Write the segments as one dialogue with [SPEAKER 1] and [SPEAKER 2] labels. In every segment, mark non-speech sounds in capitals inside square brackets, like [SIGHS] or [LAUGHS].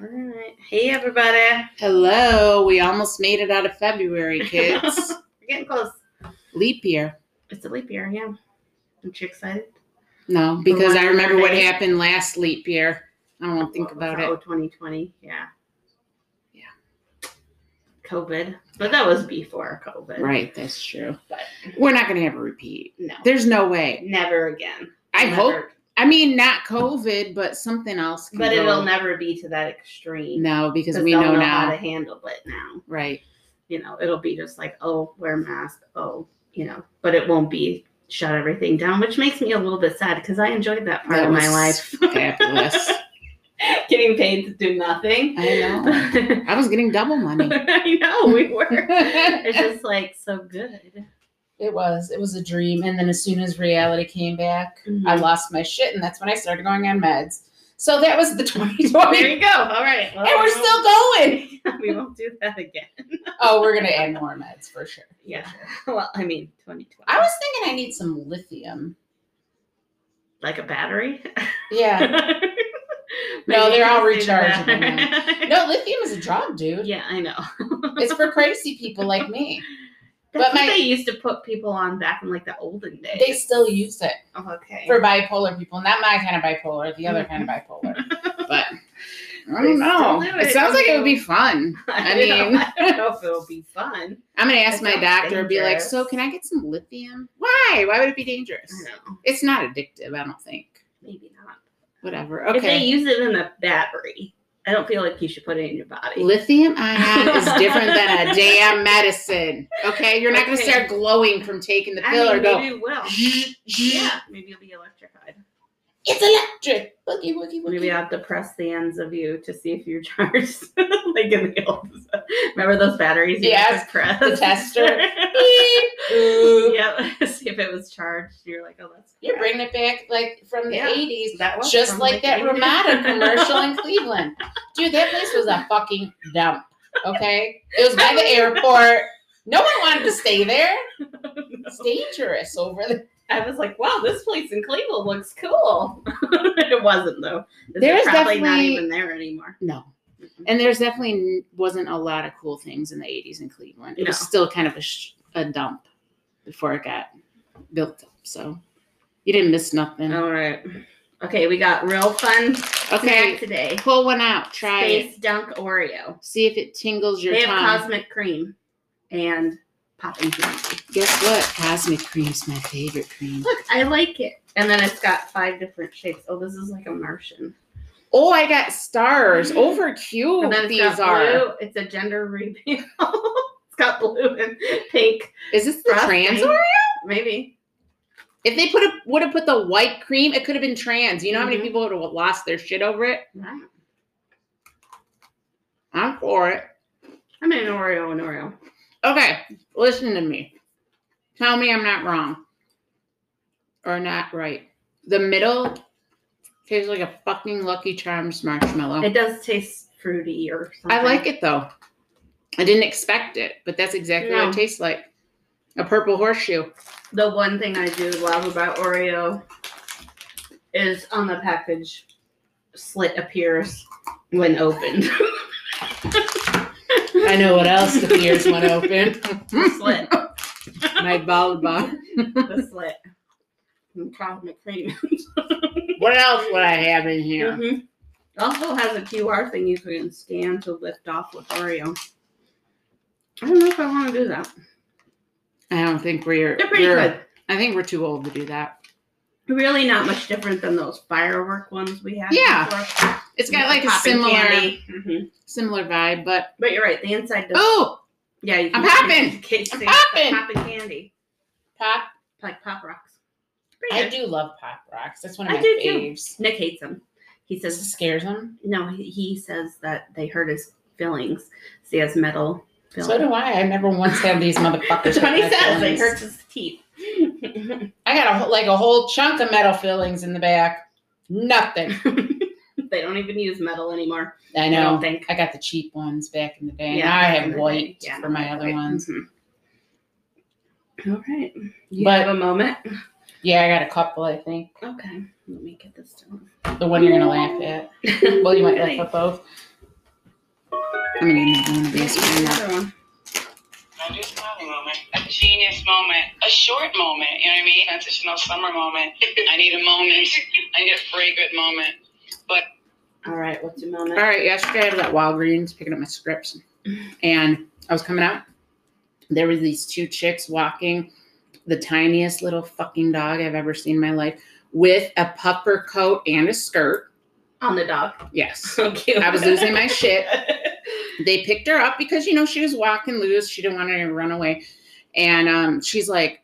[SPEAKER 1] All right. Hey, everybody.
[SPEAKER 2] Hello, we almost made it out of
[SPEAKER 1] [LAUGHS]
[SPEAKER 2] February, kids.
[SPEAKER 1] We're getting close.
[SPEAKER 2] Leap year.
[SPEAKER 1] It's a leap year, yeah. Aren't you excited?
[SPEAKER 2] No, because I
[SPEAKER 1] one
[SPEAKER 2] remember what
[SPEAKER 1] day.
[SPEAKER 2] happened last leap year. I won't think about
[SPEAKER 1] Oh,
[SPEAKER 2] it.
[SPEAKER 1] 2020. Yeah.
[SPEAKER 2] Yeah.
[SPEAKER 1] COVID. But that was before COVID.
[SPEAKER 2] Right, that's true.
[SPEAKER 1] But
[SPEAKER 2] We're not going to have a repeat.
[SPEAKER 1] no.
[SPEAKER 2] There's no way.
[SPEAKER 1] Never again.
[SPEAKER 2] I
[SPEAKER 1] Never.
[SPEAKER 2] hope. I mean, not COVID, but something else. Can
[SPEAKER 1] But
[SPEAKER 2] go.
[SPEAKER 1] it'll never be to that extreme.
[SPEAKER 2] No,
[SPEAKER 1] [LAUGHS]
[SPEAKER 2] because
[SPEAKER 1] 'Cause
[SPEAKER 2] we
[SPEAKER 1] they'll
[SPEAKER 2] know,
[SPEAKER 1] how
[SPEAKER 2] now.
[SPEAKER 1] to handle it now.
[SPEAKER 2] Right.
[SPEAKER 1] You know, it'll be just like, oh, wear a mask. Oh, you know, but it won't be shut everything down, which makes me a little bit sad because I enjoyed that part
[SPEAKER 2] That
[SPEAKER 1] of my
[SPEAKER 2] was
[SPEAKER 1] life. [LAUGHS]
[SPEAKER 2] fabulous.
[SPEAKER 1] Getting paid to do nothing. [LAUGHS]
[SPEAKER 2] I know. I was getting double money.
[SPEAKER 1] I know we were.
[SPEAKER 2] [LAUGHS]
[SPEAKER 1] it's just like so good.
[SPEAKER 2] It was. It was a dream. And then as soon as reality came back,
[SPEAKER 1] Mhm.
[SPEAKER 2] I lost my shit, and that's when I started going on meds. So that was the [LAUGHS] 2020,
[SPEAKER 1] [LAUGHS] There you
[SPEAKER 2] and
[SPEAKER 1] go. All right. Well,
[SPEAKER 2] we're still going.
[SPEAKER 1] we won't- [LAUGHS] we won't do that again.
[SPEAKER 2] Oh, we're gonna add more meds for sure. [LAUGHS]
[SPEAKER 1] Yeah. Well, I mean, 2020.
[SPEAKER 2] I was thinking I need some lithium.
[SPEAKER 1] like a battery.
[SPEAKER 2] Yeah.
[SPEAKER 1] [LAUGHS] Maybe
[SPEAKER 2] they're all
[SPEAKER 1] you can say
[SPEAKER 2] rechargeable
[SPEAKER 1] that.
[SPEAKER 2] No, lithium is a drug,
[SPEAKER 1] [LAUGHS]
[SPEAKER 2] dude.
[SPEAKER 1] Yeah, I know.
[SPEAKER 2] It's for crazy people like me.
[SPEAKER 1] That's what
[SPEAKER 2] But my-
[SPEAKER 1] they used to put people on back in like the olden days.
[SPEAKER 2] They still use it
[SPEAKER 1] oh, okay.
[SPEAKER 2] for bipolar people, not my kind of bipolar, the other kind of bipolar. But I
[SPEAKER 1] They
[SPEAKER 2] don't know.
[SPEAKER 1] still do
[SPEAKER 2] It
[SPEAKER 1] it.
[SPEAKER 2] sounds like it would be fun. I
[SPEAKER 1] don't- [LAUGHS]
[SPEAKER 2] mean-
[SPEAKER 1] [LAUGHS] I don't know if it'll be fun.
[SPEAKER 2] I'm gonna ask
[SPEAKER 1] It
[SPEAKER 2] my
[SPEAKER 1] sounds
[SPEAKER 2] doctor, be like,
[SPEAKER 1] dangerous.
[SPEAKER 2] so can I get some lithium? Why? Why would it be dangerous?
[SPEAKER 1] I don't know.
[SPEAKER 2] It's not addictive, I don't think.
[SPEAKER 1] Maybe not.
[SPEAKER 2] Whatever.
[SPEAKER 1] If they
[SPEAKER 2] Okay.
[SPEAKER 1] use it in a battery, I don't feel like you should put it in your body.
[SPEAKER 2] Lithium ion is
[SPEAKER 1] [LAUGHS]
[SPEAKER 2] different than a damn medicine. Okay, you're not gonna
[SPEAKER 1] Okay.
[SPEAKER 2] start glowing from taking the
[SPEAKER 1] I
[SPEAKER 2] pill
[SPEAKER 1] mean,
[SPEAKER 2] or go.
[SPEAKER 1] maybe it
[SPEAKER 2] [LAUGHS]
[SPEAKER 1] will.
[SPEAKER 2] Yeah.
[SPEAKER 1] Yeah, maybe you'll be electrified.
[SPEAKER 2] It's electric. Wookie wookie wookie.
[SPEAKER 1] Maybe I'll have to press the ends of you to see if you're [LAUGHS] charged, like in the old. [LAUGHS] Remember those batteries? you had to press
[SPEAKER 2] the
[SPEAKER 1] [LAUGHS]
[SPEAKER 2] tester. Beep. Ooh.
[SPEAKER 1] yep. [LAUGHS] See if it was charged. You're like, oh, that's
[SPEAKER 2] You're
[SPEAKER 1] crap.
[SPEAKER 2] bringing it back like from the
[SPEAKER 1] Yeah.
[SPEAKER 2] 80s.
[SPEAKER 1] That was
[SPEAKER 2] Just
[SPEAKER 1] from,
[SPEAKER 2] like that
[SPEAKER 1] the 80s. [LAUGHS]
[SPEAKER 2] [LAUGHS] Ramada commercial in Cleveland. Dude, that place was a fucking dump. Okay? It was by the airport. No one wanted to stay there. It's dangerous over there.
[SPEAKER 1] [LAUGHS] I was like, wow, this place in Cleveland looks cool. [LAUGHS] it wasn't though.
[SPEAKER 2] There
[SPEAKER 1] It's
[SPEAKER 2] is
[SPEAKER 1] probably not
[SPEAKER 2] definitely-
[SPEAKER 1] even there anymore.
[SPEAKER 2] No. And there's definitely n- wasn't a lot of cool things in the 80s in Cleveland. It was
[SPEAKER 1] No.
[SPEAKER 2] still kind of a, sh- a dump before it got built up. So you didn't miss nothing.
[SPEAKER 1] All right. Okay, we got real fun snack
[SPEAKER 2] okay.
[SPEAKER 1] today.
[SPEAKER 2] Pull one out. Try it.
[SPEAKER 1] Space Dunk Oreo.
[SPEAKER 2] See if it tingles your
[SPEAKER 1] they have
[SPEAKER 2] tongue.
[SPEAKER 1] cosmic cream and popping candy.
[SPEAKER 2] Guess what? Cosmic cream's my favorite cream.
[SPEAKER 1] Look, I like it. And then it's got five different shapes. Oh, this is like a Martian.
[SPEAKER 2] Oh, I got stars. Over cute
[SPEAKER 1] Mm-hmm. And then it's
[SPEAKER 2] these
[SPEAKER 1] got
[SPEAKER 2] are.
[SPEAKER 1] blue. It's a gender reveal. [LAUGHS] it's got blue and pink.
[SPEAKER 2] Is this the
[SPEAKER 1] frosting.
[SPEAKER 2] trans Oreo?
[SPEAKER 1] Maybe.
[SPEAKER 2] If they put a, would have put the white cream, it could have been trans. You know how many
[SPEAKER 1] Mhm.
[SPEAKER 2] people would have lost their shit over it?
[SPEAKER 1] Wow.
[SPEAKER 2] I'm for it.
[SPEAKER 1] I'm an Oreo and Oreo.
[SPEAKER 2] Okay, listen to me. Tell me I'm not wrong or not right. The middle tastes like a fucking Lucky Charms marshmallow.
[SPEAKER 1] It does taste fruity or something.
[SPEAKER 2] I like it though. I didn't expect it, but that's exactly what
[SPEAKER 1] No.
[SPEAKER 2] it tastes like. A purple horseshoe.
[SPEAKER 1] [LAUGHS] The one thing I do love about Oreo is on the package slit appears when [LAUGHS] opened.
[SPEAKER 2] I know what else the ears went open.
[SPEAKER 1] the slit.
[SPEAKER 2] My bald bar.
[SPEAKER 1] The [LAUGHS] slit. And cosmic cream.
[SPEAKER 2] [LAUGHS] What else would I have in here?
[SPEAKER 1] Mhm. Also has a QR thing you can scan to lift off with Oreo. I don't know if I want to do that.
[SPEAKER 2] I don't think we're.
[SPEAKER 1] They're pretty
[SPEAKER 2] we're-
[SPEAKER 1] good.
[SPEAKER 2] I think we're too old to do that.
[SPEAKER 1] Really not much different than those firework ones we had.
[SPEAKER 2] Yeah.
[SPEAKER 1] before.
[SPEAKER 2] It's got like a
[SPEAKER 1] Popping
[SPEAKER 2] similar
[SPEAKER 1] candy. Mhm.
[SPEAKER 2] similar vibe, but
[SPEAKER 1] But you're right. The inside does.
[SPEAKER 2] oh,
[SPEAKER 1] Yeah, you
[SPEAKER 2] I'm
[SPEAKER 1] popping.
[SPEAKER 2] popping.
[SPEAKER 1] I'm
[SPEAKER 2] popping.
[SPEAKER 1] Popping candy.
[SPEAKER 2] pop!
[SPEAKER 1] Like pop rocks.
[SPEAKER 2] I do love pop rocks. That's one of
[SPEAKER 1] I
[SPEAKER 2] my
[SPEAKER 1] do too.
[SPEAKER 2] faves.
[SPEAKER 1] Nick hates them. He
[SPEAKER 2] This
[SPEAKER 1] says
[SPEAKER 2] scares them.
[SPEAKER 1] no. He, he says that they hurt his feelings. So he has metal. Feelings.
[SPEAKER 2] So do I. I never once had these
[SPEAKER 1] [LAUGHS]
[SPEAKER 2] motherfuckers.
[SPEAKER 1] That's what he
[SPEAKER 2] with my
[SPEAKER 1] says. It
[SPEAKER 2] fillings.
[SPEAKER 1] hurts his teeth. [LAUGHS]
[SPEAKER 2] I got a whole- like a whole chunk of metal fillings in the back.
[SPEAKER 1] [LAUGHS]
[SPEAKER 2] Nothing.
[SPEAKER 1] they don't even use metal anymore.
[SPEAKER 2] I
[SPEAKER 1] I don't
[SPEAKER 2] know.
[SPEAKER 1] think.
[SPEAKER 2] I got the cheap ones back in the day.
[SPEAKER 1] Yeah,
[SPEAKER 2] now I
[SPEAKER 1] back in
[SPEAKER 2] have
[SPEAKER 1] the day.
[SPEAKER 2] white
[SPEAKER 1] Yeah,
[SPEAKER 2] for my other
[SPEAKER 1] Right.
[SPEAKER 2] ones.
[SPEAKER 1] Mhm. Mm-hmm. All right. You
[SPEAKER 2] But-
[SPEAKER 1] have a moment.
[SPEAKER 2] Yeah, I got a couple, I think.
[SPEAKER 1] Okay. Let me get this down.
[SPEAKER 2] [LAUGHS] The one you're gonna laugh at. Well, you might laugh at both. I'm gonna eat my own basement.
[SPEAKER 1] Another one.
[SPEAKER 3] I do smiling moment, a genius moment, a short moment. You know what I mean? Not just no summer moment. I need a moment. I need a fragrant moment.
[SPEAKER 1] All right, what's your moment?
[SPEAKER 2] All right, yesterday I was at Walgreens picking up my scripts, and I was coming out. There were these two chicks walking the tiniest little fucking dog I've ever seen in my life with a puffer coat and a skirt.
[SPEAKER 1] On the [LAUGHS] dog.
[SPEAKER 2] Yes.
[SPEAKER 1] So cute.
[SPEAKER 2] I was
[SPEAKER 1] [LAUGHS]
[SPEAKER 2] losing my shit. They picked her up because, you know, she was walking loose. She didn't want her to run away. And um, she's like,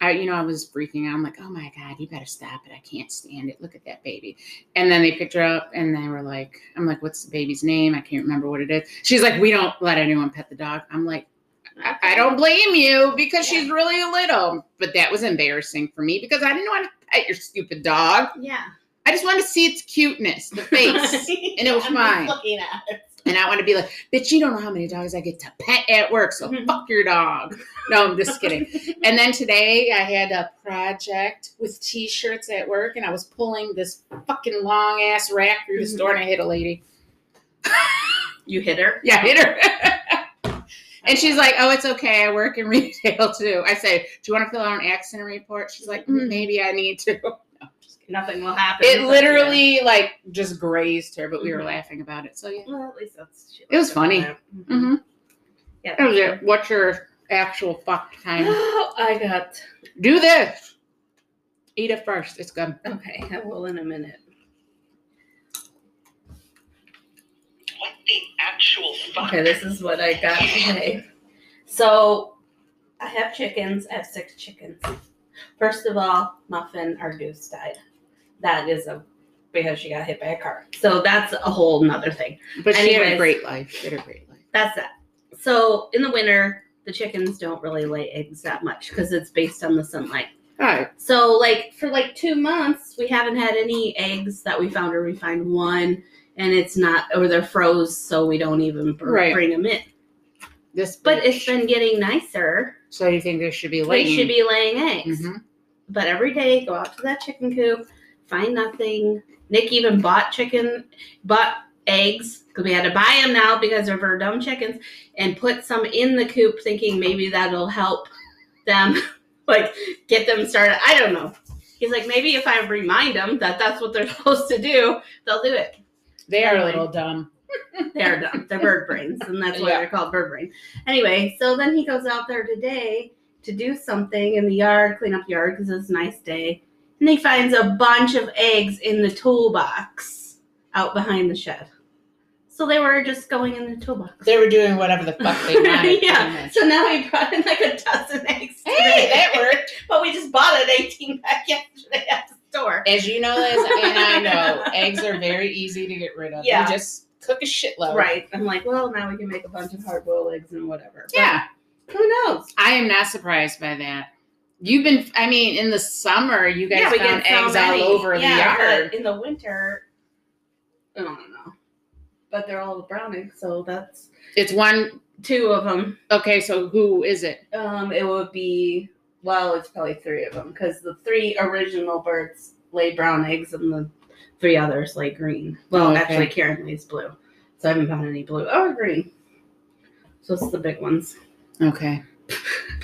[SPEAKER 2] I, you know, I was freaking out. I'm like, oh my God, you better stop it. I can't stand it. Look at that baby. And then they picked her up and they were like, I'm like, what's the baby's name? I can't remember what it is. She's like, we don't let anyone pet the dog. I'm like, I, I don't blame you because she's really little. But that was embarrassing for me because I didn't want to pet your stupid dog.
[SPEAKER 1] Yeah.
[SPEAKER 2] I just wanted to see its cuteness, the face. and it
[SPEAKER 1] [LAUGHS]
[SPEAKER 2] was
[SPEAKER 1] I'm just
[SPEAKER 2] mine.
[SPEAKER 1] Looking at it.
[SPEAKER 2] and I want to be like, bitch, you don't know how many dogs I get to pet at work. So fuck your dog. No, I'm just kidding. And then today I had a project with t-shirts at work and I was pulling this fucking long ass rack through the
[SPEAKER 1] Mhm.
[SPEAKER 2] store and I hit a lady.
[SPEAKER 1] You hit her.
[SPEAKER 2] Yeah, I hit her. [LAUGHS] and she's like, Oh, it's okay. I work in [LAUGHS] retail too. I said, Do you want to fill out an accident report? She's like, "Mm, maybe I need [LAUGHS] to.
[SPEAKER 1] Nothing will happen.
[SPEAKER 2] It literally like just grazed her, but we were
[SPEAKER 1] Mhm.
[SPEAKER 2] laughing about it. So yeah.
[SPEAKER 1] Well, at least that's. She
[SPEAKER 2] It was
[SPEAKER 1] liked
[SPEAKER 2] funny.
[SPEAKER 1] laugh.
[SPEAKER 2] Mm-hmm.
[SPEAKER 1] Yeah.
[SPEAKER 2] That was it. What's your actual fuck
[SPEAKER 1] [GASPS]
[SPEAKER 2] time?
[SPEAKER 1] I got.
[SPEAKER 2] Do this. Eat it first. It's good.
[SPEAKER 1] Okay, I will in a minute.
[SPEAKER 3] What the actual fuck?
[SPEAKER 1] Okay, this is what I got today. So, I have chickens. I have six chickens. First of all, Muffin, our goose, died. That is a because she got hit by a car. So that's a whole nother thing.
[SPEAKER 2] But she had a
[SPEAKER 1] Anyways.
[SPEAKER 2] great life. She had a great life.
[SPEAKER 1] That's that. So in the winter, the chickens don't really lay eggs that much because it's based on the sunlight.
[SPEAKER 2] All right.
[SPEAKER 1] So like for like two months, we haven't had any eggs that we found, or we find one, and it's not, or they're froze, so we don't even br-
[SPEAKER 2] Right.
[SPEAKER 1] bring them in.
[SPEAKER 2] This
[SPEAKER 1] But
[SPEAKER 2] bitch.
[SPEAKER 1] it's been getting nicer.
[SPEAKER 2] So you think there should be
[SPEAKER 1] They
[SPEAKER 2] late?
[SPEAKER 1] should be laying eggs.
[SPEAKER 2] Mhm.
[SPEAKER 1] But every day, go out to that chicken coop, find nothing. Nick even bought chicken, bought eggs because we had to buy them now because they're for dumb chickens, and put some in the coop, thinking maybe that'll help them, [LAUGHS] like get them started. I don't know. He's like, maybe if I remind them that that's what they're [LAUGHS] supposed to do, they'll do it.
[SPEAKER 2] They are a
[SPEAKER 1] Anyway.
[SPEAKER 2] little dumb.
[SPEAKER 1] They are dumb. They're bird brains, and that's why
[SPEAKER 2] Yeah.
[SPEAKER 1] they're called bird brain. Anyway, so then he goes out there today to do something in the yard, clean up yard because it's a nice day, and he finds a bunch of eggs in the toolbox out behind the shed. So they were just going in the toolbox.
[SPEAKER 2] They were doing whatever the fuck
[SPEAKER 1] [LAUGHS]
[SPEAKER 2] they wanted. pretty
[SPEAKER 1] yeah.
[SPEAKER 2] much.
[SPEAKER 1] So now he brought in like a dozen eggs.
[SPEAKER 2] Hey, that
[SPEAKER 1] today.
[SPEAKER 2] worked.
[SPEAKER 1] But we just bought an 18 pack yesterday at the store.
[SPEAKER 2] As you know, Liz, and I know, eggs are very easy to get rid of.
[SPEAKER 1] Yeah.
[SPEAKER 2] You just cook a shitload.
[SPEAKER 1] Right. I'm like, well, now we can make a bunch of hard boiled eggs and whatever. But
[SPEAKER 2] Yeah.
[SPEAKER 1] Who knows?
[SPEAKER 2] I am not surprised by that. You've been, I mean, in the summer, you guys
[SPEAKER 1] we
[SPEAKER 2] found
[SPEAKER 1] get so
[SPEAKER 2] eggs
[SPEAKER 1] many.
[SPEAKER 2] all over
[SPEAKER 1] Yeah,
[SPEAKER 2] the yard.
[SPEAKER 1] But in the winter, I don't know. But they're all brown eggs, so that's
[SPEAKER 2] It's one.
[SPEAKER 1] two of them.
[SPEAKER 2] Okay, so who is it?
[SPEAKER 1] Um, it would be well, it's probably three of them because the three original birds lay brown eggs, and the three others lay green. Well,
[SPEAKER 2] Oh, okay.
[SPEAKER 1] actually, Karen lays blue, so I haven't found any blue or green. So it's the big ones. [LAUGHS]
[SPEAKER 2] Okay.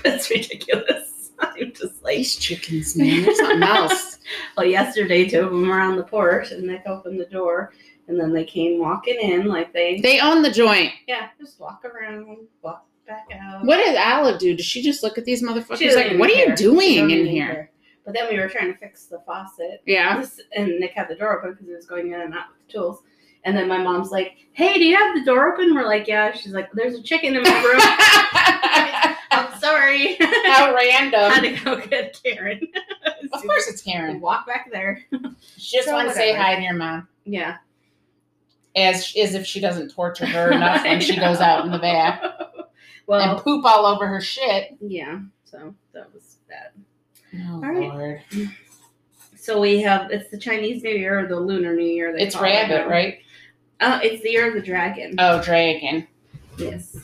[SPEAKER 1] That's ridiculous. [LAUGHS] I'm just like,
[SPEAKER 2] These chickens, man. There's
[SPEAKER 1] [LAUGHS]
[SPEAKER 2] something else.
[SPEAKER 1] Well, yesterday, two of them were on the porch, and Nick opened the door, and then they came walking in like they,
[SPEAKER 2] They own the joint.
[SPEAKER 1] yeah, just walk around, walk back out.
[SPEAKER 2] What does Olive do? Does she just look at these
[SPEAKER 1] She
[SPEAKER 2] motherfuckers
[SPEAKER 1] doesn't
[SPEAKER 2] like,
[SPEAKER 1] even
[SPEAKER 2] what are you
[SPEAKER 1] care. She
[SPEAKER 2] doing
[SPEAKER 1] don't
[SPEAKER 2] in
[SPEAKER 1] even
[SPEAKER 2] here?
[SPEAKER 1] care. But then we were trying to fix the faucet, [LAUGHS]
[SPEAKER 2] Yeah.
[SPEAKER 1] This- and Nick had the door open because he was going in and out with the tools. And then my mom's like, "Hey, do you have the door open?" We're like, "Yeah." She's like, "There's a chicken in my room."
[SPEAKER 2] [LAUGHS]
[SPEAKER 1] I'm sorry. [LAUGHS] Had
[SPEAKER 2] How random.
[SPEAKER 1] to go get Karen. [LAUGHS]
[SPEAKER 2] Of course it's Karen.
[SPEAKER 1] Walk back there.
[SPEAKER 2] She just
[SPEAKER 1] So
[SPEAKER 2] wants to say
[SPEAKER 1] whatever.
[SPEAKER 2] hi to your mom.
[SPEAKER 1] Yeah.
[SPEAKER 2] As, as if she doesn't torture her
[SPEAKER 1] [LAUGHS]
[SPEAKER 2] enough when she goes out in the back and
[SPEAKER 1] Well,
[SPEAKER 2] poop all over her shit.
[SPEAKER 1] yeah. So that was that.
[SPEAKER 2] Oh,
[SPEAKER 1] right.
[SPEAKER 2] Lord.
[SPEAKER 1] So we have it's the Chinese New Year or the Lunar New Year. They
[SPEAKER 2] It's
[SPEAKER 1] call it
[SPEAKER 2] rabbit,
[SPEAKER 1] now.
[SPEAKER 2] right?
[SPEAKER 1] Oh, it's the year of the dragon.
[SPEAKER 2] Oh, dragon.
[SPEAKER 1] Yes.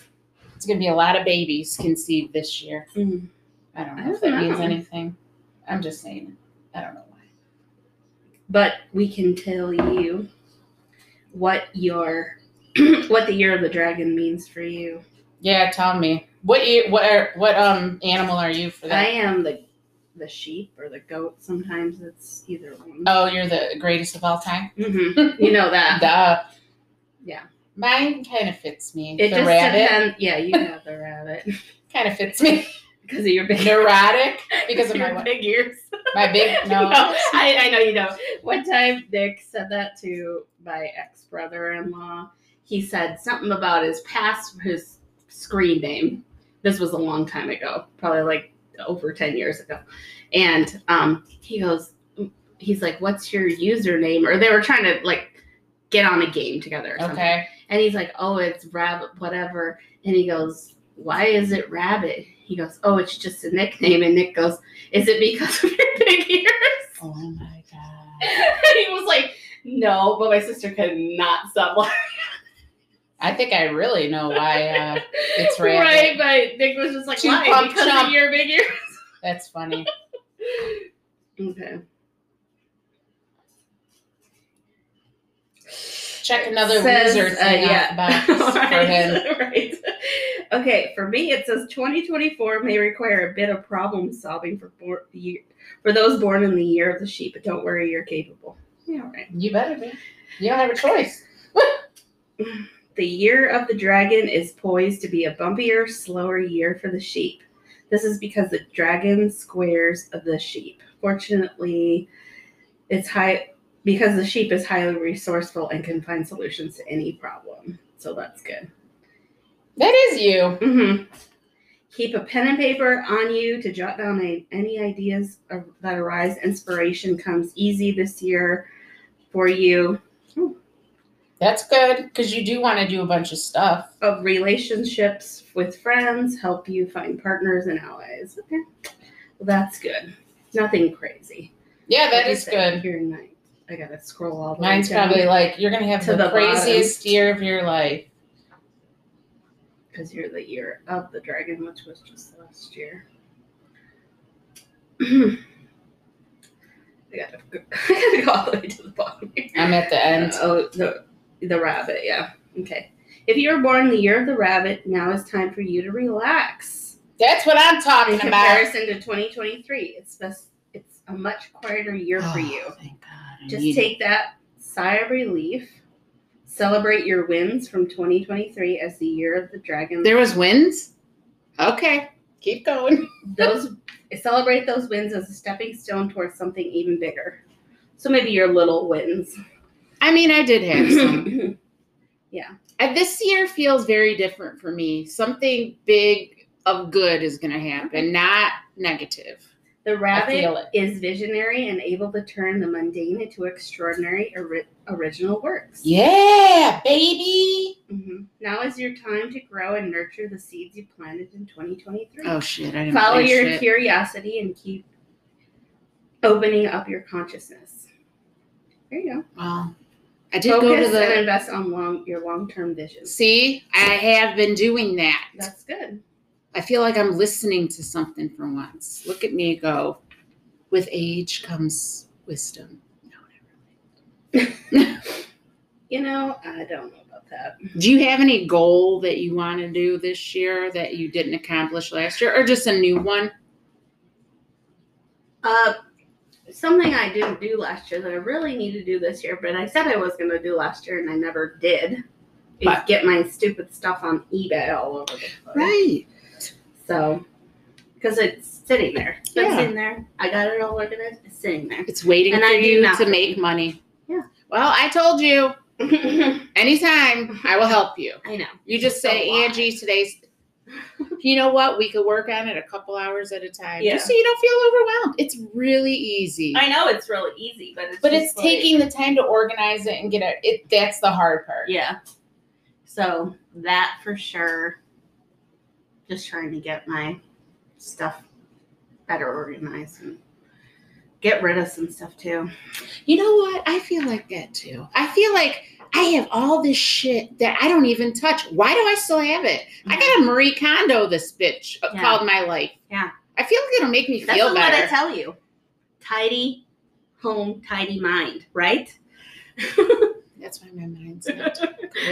[SPEAKER 2] It's going to be a lot of babies conceived this year.
[SPEAKER 1] Mm.
[SPEAKER 2] I don't
[SPEAKER 1] I
[SPEAKER 2] know if
[SPEAKER 1] don't
[SPEAKER 2] that means
[SPEAKER 1] know.
[SPEAKER 2] anything. I'm just saying. I don't know why.
[SPEAKER 1] But we can tell you what your [CLEARS THROAT] what the year of the dragon means for you.
[SPEAKER 2] Yeah, tell me what year, what are, what um animal are you for
[SPEAKER 1] I
[SPEAKER 2] that?
[SPEAKER 1] am the the sheep or the goat. Sometimes it's either one.
[SPEAKER 2] Oh, you're the greatest of all time. [LAUGHS]
[SPEAKER 1] Mhm. You know that.
[SPEAKER 2] Duh.
[SPEAKER 1] Yeah.
[SPEAKER 2] Mine kind of fits me.
[SPEAKER 1] It
[SPEAKER 2] the
[SPEAKER 1] just
[SPEAKER 2] rabbit
[SPEAKER 1] depends. Yeah, you have the rabbit [LAUGHS]
[SPEAKER 2] kind of fits me. [LAUGHS]
[SPEAKER 1] because of your big
[SPEAKER 2] Neurotic because
[SPEAKER 1] [LAUGHS]
[SPEAKER 2] of
[SPEAKER 1] your
[SPEAKER 2] my what?
[SPEAKER 1] big ears.
[SPEAKER 2] my
[SPEAKER 1] [LAUGHS]
[SPEAKER 2] big no.
[SPEAKER 1] I, I know you know. [LAUGHS] One time, Nick said that to my ex brother in law. He said something about his past, his screen name. This was a long time ago, probably like over 10 years ago. And um, he goes, he's like, What's your username? Or they were trying to like get on a game together or something.
[SPEAKER 2] Okay.
[SPEAKER 1] And he's like, oh, it's rabbit, whatever. And he goes, why is it rabbit? He goes, oh, it's just a nickname. And Nick goes, is it because of your big ears?
[SPEAKER 2] Oh my god.
[SPEAKER 1] and [LAUGHS] he was like, no, but my sister could not stop laughing.
[SPEAKER 2] I think I really know why. Uh, It's
[SPEAKER 1] Right,
[SPEAKER 2] rabbit.
[SPEAKER 1] but Nick was just like,
[SPEAKER 2] Too
[SPEAKER 1] why?
[SPEAKER 2] pumped
[SPEAKER 1] Because
[SPEAKER 2] up.
[SPEAKER 1] of your big ears?
[SPEAKER 2] that's funny.
[SPEAKER 1] Okay.
[SPEAKER 2] Check another
[SPEAKER 1] Says,
[SPEAKER 2] loser
[SPEAKER 1] uh,
[SPEAKER 2] thing
[SPEAKER 1] yeah. [LAUGHS]
[SPEAKER 2] off the box for him.
[SPEAKER 1] right. Okay, for me, it says 2024 may require a bit of problem solving for bor- the year- for those born in the year of the sheep, but don't worry, you're capable. Yeah, all right.
[SPEAKER 2] You better be. You don't have a choice.
[SPEAKER 1] The year of the dragon is poised to be a bumpier, slower year for the sheep. This is because the dragon squares of the sheep. Fortunately, it's high because the sheep is highly resourceful and can find solutions to any problem. So that's good.
[SPEAKER 2] That is you.
[SPEAKER 1] hmm Keep a pen and paper on you to jot down a- any ideas ar- that arise. Inspiration comes easy this year for you.
[SPEAKER 2] That's good because you do want to do a bunch of stuff.
[SPEAKER 1] Of relationships with friends, help you find partners and allies. Okay, well that's good. Nothing crazy.
[SPEAKER 2] Yeah, that
[SPEAKER 1] Like I
[SPEAKER 2] is
[SPEAKER 1] said,
[SPEAKER 2] good.
[SPEAKER 1] Here tonight, I gotta scroll all the
[SPEAKER 2] Mine's
[SPEAKER 1] way down
[SPEAKER 2] probably like you're gonna have
[SPEAKER 1] To
[SPEAKER 2] the,
[SPEAKER 1] the
[SPEAKER 2] craziest year of your life.
[SPEAKER 1] because you're the year of the dragon, which was just last year. [CLEARS THROAT] I gotta, I gotta go [LAUGHS] all the way to the bottom. here.
[SPEAKER 2] I'm at the end.
[SPEAKER 1] oh, the the rabbit. Yeah. Okay. If you were born in the year of the rabbit, now it's time for you to relax.
[SPEAKER 2] That's what I'm
[SPEAKER 1] In
[SPEAKER 2] talking about.
[SPEAKER 1] comparison to 2023, it's best, it's a much quieter year for you.
[SPEAKER 2] Oh, thank God. [SIGHS] I
[SPEAKER 1] Just
[SPEAKER 2] need-
[SPEAKER 1] take that sigh of relief. Celebrate your wins from 2023 as the year of the dragon.
[SPEAKER 2] There was wins. Okay, keep going.
[SPEAKER 1] those celebrate those wins as a stepping stone towards something even bigger. So maybe your little wins.
[SPEAKER 2] I mean, [LAUGHS] I did have some. [LAUGHS]
[SPEAKER 1] yeah.
[SPEAKER 2] Uh, this year feels very different for me. Something big of good is going to happen, not negative.
[SPEAKER 1] The
[SPEAKER 2] I
[SPEAKER 1] rabbit
[SPEAKER 2] feel it.
[SPEAKER 1] is visionary and able to turn the mundane into extraordinary ori- original works.
[SPEAKER 2] Yeah, baby.
[SPEAKER 1] Mhm. Now is your time to grow and nurture the seeds you planted in 2023.
[SPEAKER 2] Oh shit! I didn't
[SPEAKER 1] Follow
[SPEAKER 2] finish
[SPEAKER 1] your
[SPEAKER 2] it.
[SPEAKER 1] curiosity and keep opening up your consciousness. There you go.
[SPEAKER 2] Well, I did go
[SPEAKER 1] Focus
[SPEAKER 2] to the.
[SPEAKER 1] and invest on long, your long-term vision.
[SPEAKER 2] See, I have been doing that.
[SPEAKER 1] That's good.
[SPEAKER 2] I feel like I'm listening to something for once. Look at me go. With age comes wisdom. No,
[SPEAKER 1] You know, I don't know about that.
[SPEAKER 2] never. Do you have any goal that you want to do this year that you didn't accomplish last year, or just a new one?
[SPEAKER 1] Uh, something I didn't do last year that I really need to do this year, but I said I was going to do last year and I never did, is
[SPEAKER 2] But-
[SPEAKER 1] get my stupid stuff on eBay all over the place.
[SPEAKER 2] Right.
[SPEAKER 1] So, because it's sitting there. It's been
[SPEAKER 2] Yeah.
[SPEAKER 1] sitting there. I got it all organized. It's sitting there.
[SPEAKER 2] It's waiting
[SPEAKER 1] And
[SPEAKER 2] for
[SPEAKER 1] I do
[SPEAKER 2] you to
[SPEAKER 1] nothing.
[SPEAKER 2] make money.
[SPEAKER 1] Yeah.
[SPEAKER 2] Well, I told you
[SPEAKER 1] I
[SPEAKER 2] anytime [LAUGHS] I will help you.
[SPEAKER 1] know.
[SPEAKER 2] You just
[SPEAKER 1] It's a
[SPEAKER 2] say,
[SPEAKER 1] lot.
[SPEAKER 2] Angie, today's. [LAUGHS] You know what? We could work on it a couple hours at a time,
[SPEAKER 1] Yeah.
[SPEAKER 2] just so you don't feel overwhelmed. It's really easy.
[SPEAKER 1] I know it's really easy, but it's
[SPEAKER 2] but it's
[SPEAKER 1] just like-
[SPEAKER 2] taking the time to organize it and get it. it that's the hard part.
[SPEAKER 1] Yeah. So that for sure. Just trying to get my stuff better organized and get rid of some stuff too.
[SPEAKER 2] You know what? I feel like that too. I feel like I have all this shit that I don't even touch. Why do I still have it? I got a Marie Kondo this bitch uh,
[SPEAKER 1] Mm-hmm. Yeah.
[SPEAKER 2] called my life.
[SPEAKER 1] Yeah.
[SPEAKER 2] I feel like it'll make me
[SPEAKER 1] That's
[SPEAKER 2] feel
[SPEAKER 1] what I
[SPEAKER 2] better.
[SPEAKER 1] tell
[SPEAKER 2] [LAUGHS]
[SPEAKER 1] you. Tidy home, tidy mind, right?
[SPEAKER 2] That's why
[SPEAKER 1] [LAUGHS]
[SPEAKER 2] my mind's not
[SPEAKER 1] I